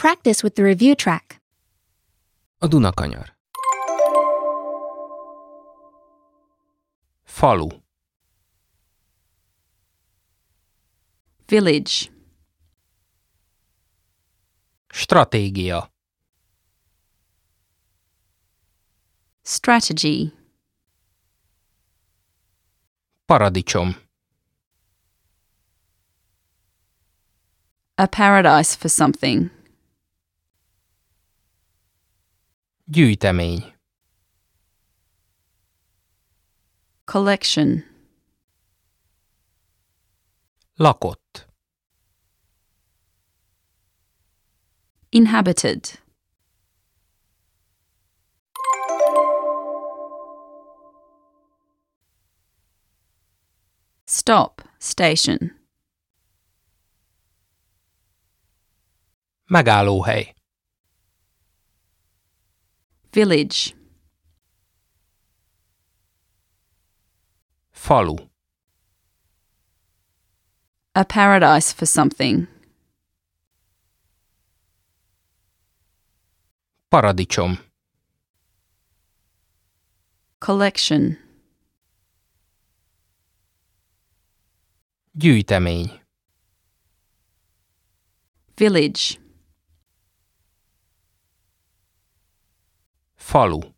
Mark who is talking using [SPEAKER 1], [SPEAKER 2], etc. [SPEAKER 1] practice with the review track.
[SPEAKER 2] A Dunakanyar. Falu.
[SPEAKER 3] village,
[SPEAKER 2] Stratégia.
[SPEAKER 3] strategy,
[SPEAKER 2] Paradicsom.
[SPEAKER 3] a paradise for something,
[SPEAKER 2] Gyűjtemény.
[SPEAKER 3] collection,
[SPEAKER 2] Lakott.
[SPEAKER 3] inhabited, stop, station,
[SPEAKER 2] Megállóhely.
[SPEAKER 3] village,
[SPEAKER 2] Falu.
[SPEAKER 3] a paradise for something,
[SPEAKER 2] Paradicsom.
[SPEAKER 3] collection,
[SPEAKER 2] Gyűjtemény.
[SPEAKER 3] village,
[SPEAKER 2] Falu.